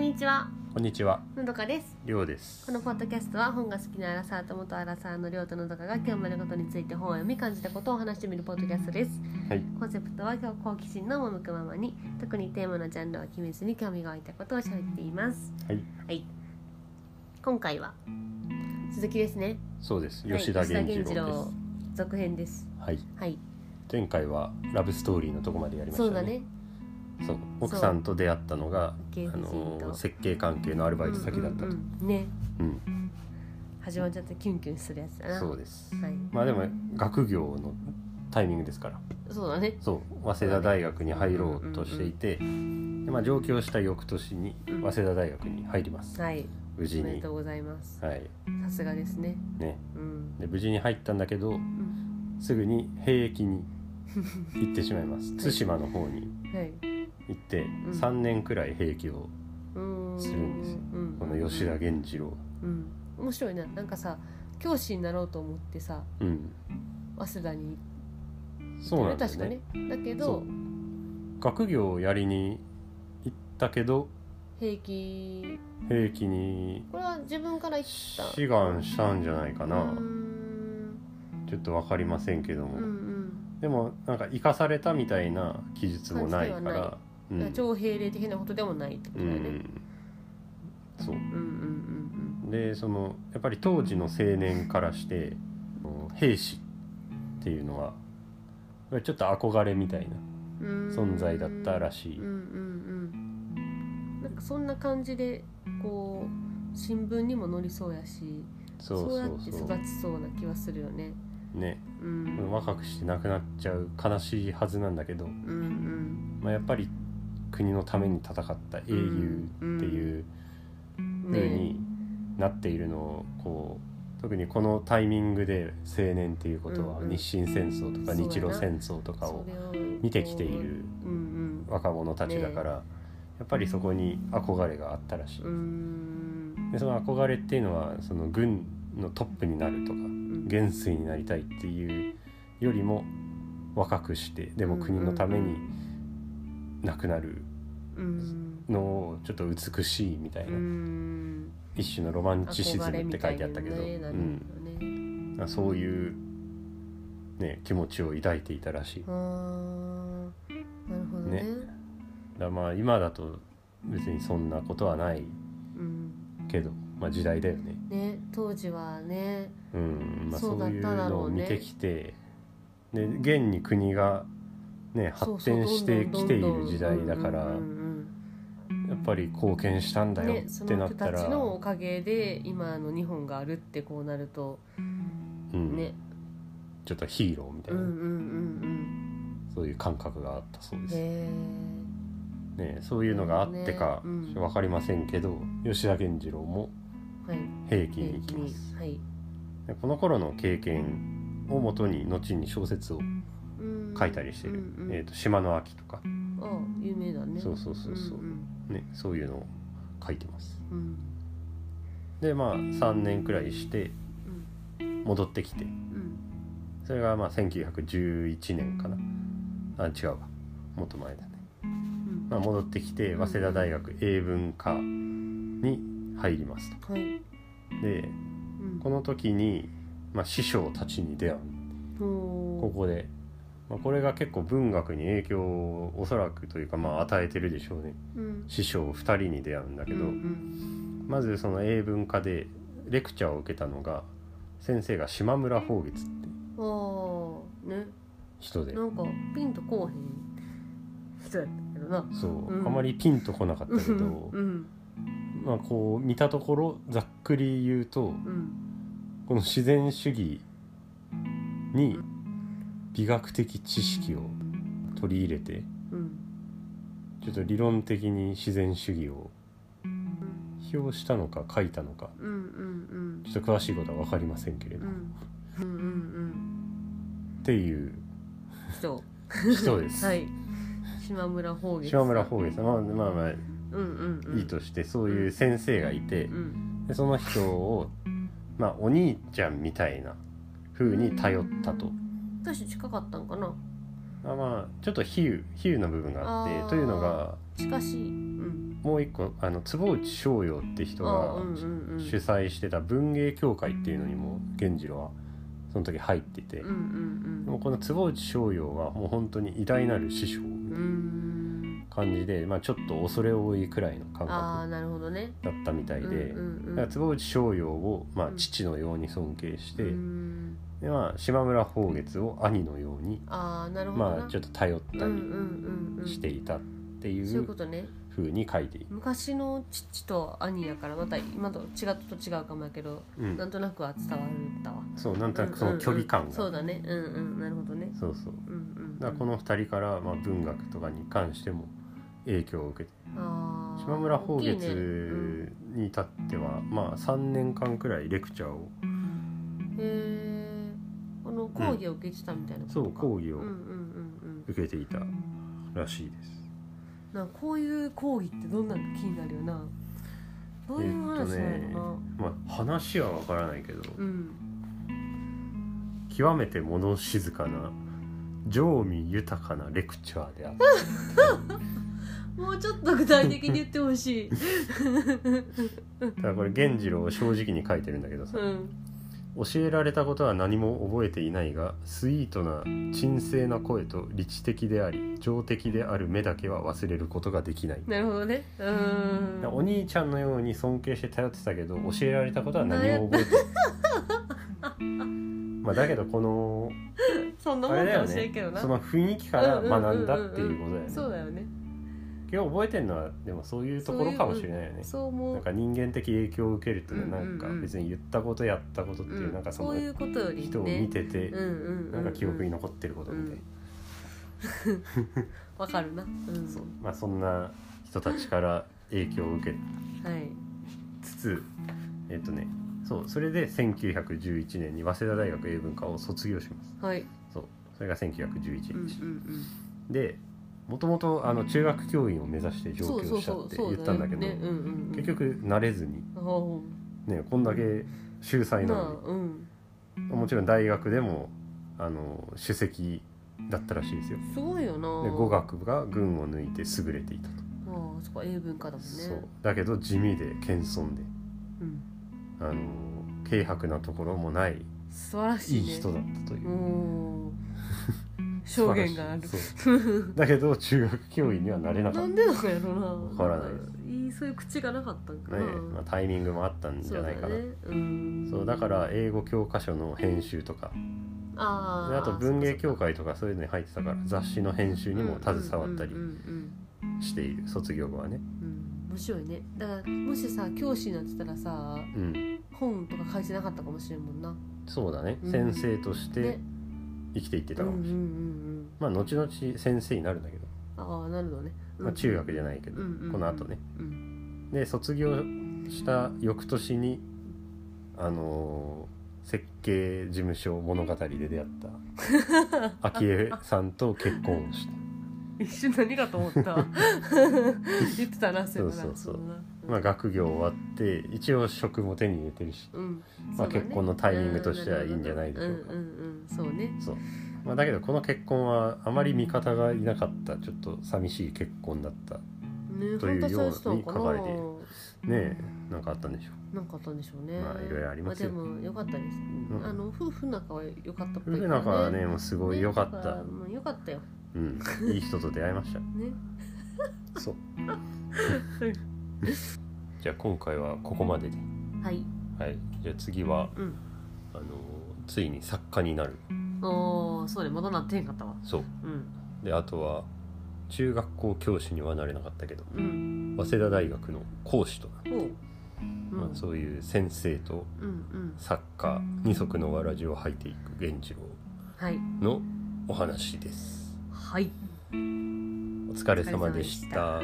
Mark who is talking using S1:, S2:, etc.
S1: にちは
S2: こんにちは、
S1: のどかです
S2: りょうです
S1: こ。のポッドキャストは本が好きなアラサーと元アラサーのりょうとのどかが興味あることについて本を読み感じたことを話してみるポッドキャストです
S2: はい、
S1: コンセプトは今日好奇心の赴くままに特にテーマのジャンルは決めずに興味が湧いたことを喋っています
S2: はい、
S1: はい今回は続きですね
S2: そうです。
S1: はい
S2: 吉田源
S1: 吉
S2: 次郎です。
S1: 続編です
S2: はい、
S1: はい
S2: 前回はラブストーリーのとこまでやりました
S1: そ
S2: ね。
S1: うだね
S2: そう奥さんと出会ったのが、
S1: 芸
S2: あ
S1: 婦人と
S2: の設計関係のアルバイト先だったと。
S1: う
S2: うんん
S1: うんうんね始まっちゃってキュンキュンするやつだな
S2: そうです。
S1: はい、
S2: まあでも学業のタイミングですから。
S1: そうだね
S2: そう、早稲田大学に入ろうとしていて、でまあ上京した翌年に
S1: うん
S2: 早稲田大学に入ります。
S1: はい
S2: 無
S1: お
S2: 事
S1: めで
S2: に
S1: と。うございます
S2: はい、
S1: さすがですね
S2: ね。
S1: うん
S2: で無事に入ったんだけど、
S1: うん
S2: すぐに兵役に行ってしまい ます。
S1: い
S2: 対馬の方に。
S1: はい
S2: 行って
S1: ん
S2: 3年くらい兵役を
S1: うーん
S2: するんですよ
S1: うん
S2: この吉田源次郎
S1: うん面白いななんかさ教師になろうと思ってさ
S2: うん
S1: 早稲田に
S2: そうなんだよ
S1: 確か
S2: ね
S1: ねだけ
S2: そ
S1: ど
S2: う学業をやりに行ったけど
S1: 平気
S2: 兵役に
S1: これは自分から行った
S2: 志願したんじゃないかな
S1: うーん
S2: ちょっと分かりませんけ
S1: う
S2: ども、
S1: んうん
S2: でもなんか生かされたみたいな記述もないか
S1: 感じでは
S2: らう
S1: だか
S2: ん
S1: ら徴兵令的なことでもないってこ
S2: う
S1: とだよね
S2: んそう
S1: うんうんうん
S2: でそのやっぱり当時の青年からしてあの兵士っていうのはやっぱりちょっと憧れみたいな
S1: うんうーん
S2: 存在だったらしい
S1: うんうんうんなんかそんな感じでこう新聞にも載りそうやし
S2: そ
S1: そう
S2: う
S1: や
S2: そ
S1: っ
S2: う
S1: て
S2: そ
S1: 育
S2: う
S1: ちそうな気はするよね
S2: ね
S1: うん
S2: 若くして亡くなっちゃう悲しいはずなんだけど、
S1: うんうん
S2: まあ、やっぱり国のために戦った英雄っていう
S1: うん
S2: 風
S1: ね
S2: になっているのをこう特にこのタイミングで青年っていうことは
S1: うんうん
S2: 日清戦争とか
S1: そうやな
S2: 日露戦争とかを
S1: それを
S2: 見てきている
S1: うん
S2: 若者たちだからやっぱりそこに憧れがあったらしい
S1: うんうー。ん
S2: でその憧れっていうのはその軍のトップになると
S1: う
S2: か
S1: ん
S2: 元帥になりたいっていうよりも若くしてでも国のために亡くなる
S1: うん
S2: のをちょっと美しいみたいうな、
S1: ん
S2: 一種のロマンチシズムって書いてあったけど、
S1: 憧れみたいな
S2: う
S1: のね
S2: ん、あそういう、ね、気持ちを抱いていたらしい。だか
S1: なんかねあーなるほどね
S2: ねらまあ今だと別にそんなことはない
S1: うん
S2: けど、まあ、時代だよね。
S1: ね当時はね
S2: うんまあ、
S1: そ
S2: そうう
S1: だっ
S2: いう
S1: ただろ
S2: の
S1: う
S2: を
S1: ね
S2: 見てきて、で現に国が、ね、
S1: そう
S2: 発
S1: そう
S2: 展してきてい
S1: どんどんどんどん
S2: る時代だから
S1: うんうん
S2: やっぱり貢献したん
S1: う
S2: だ
S1: ん
S2: よ
S1: ね
S2: っ
S1: そ
S2: て
S1: の
S2: なっ
S1: 人
S2: た
S1: た
S2: ら、
S1: ちのおかげで今の日本があるってこうなると
S2: うん
S1: ね
S2: ちょっとヒーローみた
S1: う
S2: い
S1: ん
S2: な、
S1: うんうん
S2: そういう感覚があったそう
S1: うん
S2: で
S1: へ
S2: す。
S1: え
S2: ね、そういうのがあってか
S1: ねうん
S2: 分かりませんけど、吉田源次郎も
S1: はい
S2: 兵役に行きます
S1: はい
S2: でこの頃の経験をもとに後に小説を書いたりしてる「
S1: うんうん
S2: えー、と島の秋」とか、
S1: ああ有名だね
S2: そうそうそうそう、
S1: ん
S2: ね、そういうのを書いてます
S1: うんうん
S2: でまあ3年くらいして
S1: うん
S2: 戻ってきて
S1: うん
S2: それがまあ1911年かなあ違うわもっと前だね、
S1: うん
S2: まあ、戻ってきて早稲田大学英文科に入りますと
S1: はい
S2: で
S1: うん
S2: この時に、まあ、師匠たちに出会うこ
S1: こ
S2: こで、まあ、これが結構文学に影響をおそらくというかまあ与えてるでしょうね
S1: うん
S2: 師匠2人に出会うんだけど、
S1: うん
S2: まずその英文科でレクチャーを受けたのが先生が島村宝月って
S1: うん、ああね
S2: 人で
S1: なんかピンとこうへん人やったけどな
S2: そう、
S1: うん
S2: あまりピンとこなかったけど、
S1: うん
S2: まあこう見たところざっくり言うと
S1: うん
S2: この自然主義に美学的知識を取り入れて
S1: うん
S2: ちょっと理論的に自然主義を
S1: うん
S2: 批評したのか書いたのか
S1: うんうん
S2: ちょっと詳しいことは分かりませんけれ
S1: うんう
S2: ど、っ
S1: んうんうんうん
S2: ていう
S1: 人
S2: 人で す。
S1: はい島村宝月
S2: 島村宝月さんまあまあま
S1: うんうんう
S2: あ
S1: ん
S2: いいとして、そういう先生がいて
S1: うん
S2: でその人をまあお兄ちゃんみたいな風に頼ったと。
S1: 年近かったんかな
S2: あまあちょっと比喩比喩の部分があって
S1: あー
S2: というのが
S1: 近しいうん
S2: もう一個あの坪内逍遥って人
S1: あ
S2: が
S1: うんうんうん
S2: 主催してた文芸協会っていうのにも源次郎はその時入ってて、
S1: うんうん
S2: もうこの坪内逍遙はもう本当に偉大なる師匠
S1: うん
S2: み
S1: う
S2: た
S1: ー
S2: いなん感じで、まあ、ちょっと恐れ多いくらいの感
S1: ああ
S2: 覚
S1: なるほどね
S2: だったみたいで、
S1: うんうん
S2: だから坪内逍遙を、まあ
S1: う、ん
S2: 父のように尊敬して、
S1: うん
S2: でまあ、島村宝月を兄のように、
S1: ああなるほどな
S2: まあ、ちょっと頼った
S1: うんうんうん
S2: り
S1: うん
S2: していたってい
S1: そういう
S2: う
S1: ことね
S2: ふうに書いている。
S1: 昔の父と兄やからまた今と違うと違うかもやけど
S2: うん
S1: なんとなくは伝わるったわ
S2: そうなんとなくその距離
S1: うん
S2: 感
S1: うん
S2: が、
S1: そうだねうんうんなるほどね
S2: そうそう
S1: うんうん
S2: だからこの二人から、まあ、文学とかに関しても影響を受けて
S1: あー
S2: 島村宝
S1: 大きいねうん
S2: 月に至っては、まあ3年間くらいレクチャーを
S1: へえあの講義を受けてたみたいなこと
S2: そう
S1: か
S2: 講義
S1: うん
S2: を
S1: うんうんうん
S2: 受けていたらしいです。
S1: なんかこういう講義ってどんなんか気になるよなどういう話な
S2: えっ
S1: の
S2: と
S1: かな、
S2: まあ、話はわからないけど
S1: うん
S2: 極めて物静かな情味豊かなレクチャーである
S1: もうちょっと具体的に言ってほしい
S2: ただこれ源次郎を正直に書いてるんだけどさ
S1: うん
S2: 教えられたことは何も覚えていないがスイートな沈静な声と理知的であり情的である目だけは忘れることができない
S1: なるほどねうーん
S2: お兄ちゃんのように尊敬して頼ってたけど教えられたことは何も覚えてない まあだけどこの
S1: そんな
S2: あ
S1: もん
S2: れだ
S1: か
S2: よ
S1: もしれ
S2: ね
S1: んけどな
S2: その雰囲気から学んだっていうことだよね
S1: そうだよね
S2: 今日覚えてるのはでもそういうところかもしれないよね
S1: そう思う
S2: なんか人間的影響を受けるというのは
S1: うんうん
S2: な
S1: うん
S2: んか別に言ったことやったことっていうなんかその
S1: うん、そういうことよりね
S2: 人を見てて
S1: うんうんうんうん
S2: なんか記憶に残ってることみたいな。
S1: わかるなうん
S2: そうまあ、そんな人たちから影響を受け
S1: はい
S2: つつえっ、とねそうそれで1911年に早稲田大学英文科を卒業します
S1: はい
S2: そうそれが1911
S1: うん
S2: 年、
S1: うん
S2: でもともとあの中学教員を目指して
S1: うんそ
S2: 上
S1: うそ
S2: 京
S1: う
S2: した
S1: そ
S2: っ
S1: う
S2: て
S1: そ
S2: 言
S1: う
S2: ったんだけど
S1: よねうんうんうん、
S2: 結局慣れずに
S1: おう
S2: ねこんだけ秀才な
S1: なあ
S2: の
S1: うん
S2: にもちろん大学でもあの首席だったらしいですよ
S1: すごいよな
S2: で語学が群を抜いて優れていたと、
S1: ああそこ英文化だもんね
S2: そうだけど地味で謙遜で
S1: うん、
S2: あの軽薄なところもない
S1: 素晴らし
S2: い
S1: い
S2: い
S1: ね
S2: 人だったという
S1: う、ん証言がある
S2: 素晴らしいそうだけど中学教員にはなれなか
S1: な
S2: っ
S1: んでなんやろなわ
S2: からないです
S1: いいそういう口がなかったん
S2: た
S1: か
S2: ね
S1: な、
S2: まあ、タイミングもあったんじゃないかなそう,、
S1: そうだねうん
S2: だから英語教科書の編集とか
S1: あ
S2: で
S1: ー
S2: あと文芸協会とかそういうのに入ってたから雑誌の編集にも携わったり
S1: うんうんうん
S2: している卒業後はね
S1: うんうん面白いねだからもしさ教師になってたらさ
S2: うん
S1: 本とか書いてなかったかもしれんもんな
S2: そうだね、
S1: うん
S2: 先生として
S1: ね
S2: 生きていって
S1: う
S2: た
S1: ん
S2: か
S1: うんう
S2: も
S1: ん
S2: しれない、
S1: うん
S2: ままあ後々先生になるんだけど、
S1: ああなるほどね、うん
S2: まあ、中学じゃないけど、
S1: うんうんうん
S2: この後ね
S1: うん
S2: で卒業した翌年にあのー設計事務所物語で出会った 昭恵さんと結婚をした
S1: 一瞬何かと思った 言ってたなそういえばな
S2: そうそうそう
S1: だな
S2: まあ学業終わって一応職も手に入れてるし
S1: うんそ
S2: まあ
S1: うだね
S2: 結婚のタイミングとしてはいいんじゃないでしょうか
S1: うんうんうんそうね
S2: そう、まあ、だけどこの結婚はあまり味方がいなかったちょっと寂しい結婚だったね
S1: ね
S2: というように
S1: 本当そうしたの
S2: 書か
S1: か
S2: れ
S1: な
S2: ているえなんかあったんでしょ
S1: なんかあったんでしょうね
S2: まあいろいろありますよ
S1: あでも良かったです、
S2: うん
S1: あの夫婦仲は良かったっぽ
S2: う
S1: いけど
S2: 夫婦仲はねもうすごい良かっ
S1: ねだら
S2: た、
S1: まあ良かったよ
S2: うん、いい人と出会いました
S1: ね
S2: そうじゃあ今回はここまでで
S1: はい
S2: はいじゃあ次は
S1: うん
S2: あのついに作家になる
S1: おーそうねまだなってへんかったわ
S2: そう
S1: うん
S2: であとは中学校教師にはなれなかったけど
S1: うん
S2: 早稲田大学の講師となって、
S1: おううん
S2: まあ、そういう先生と
S1: うんうん
S2: 作家二足のわらじを履いていく源次
S1: はい
S2: 郎のお話です
S1: はい
S2: お疲れ様でした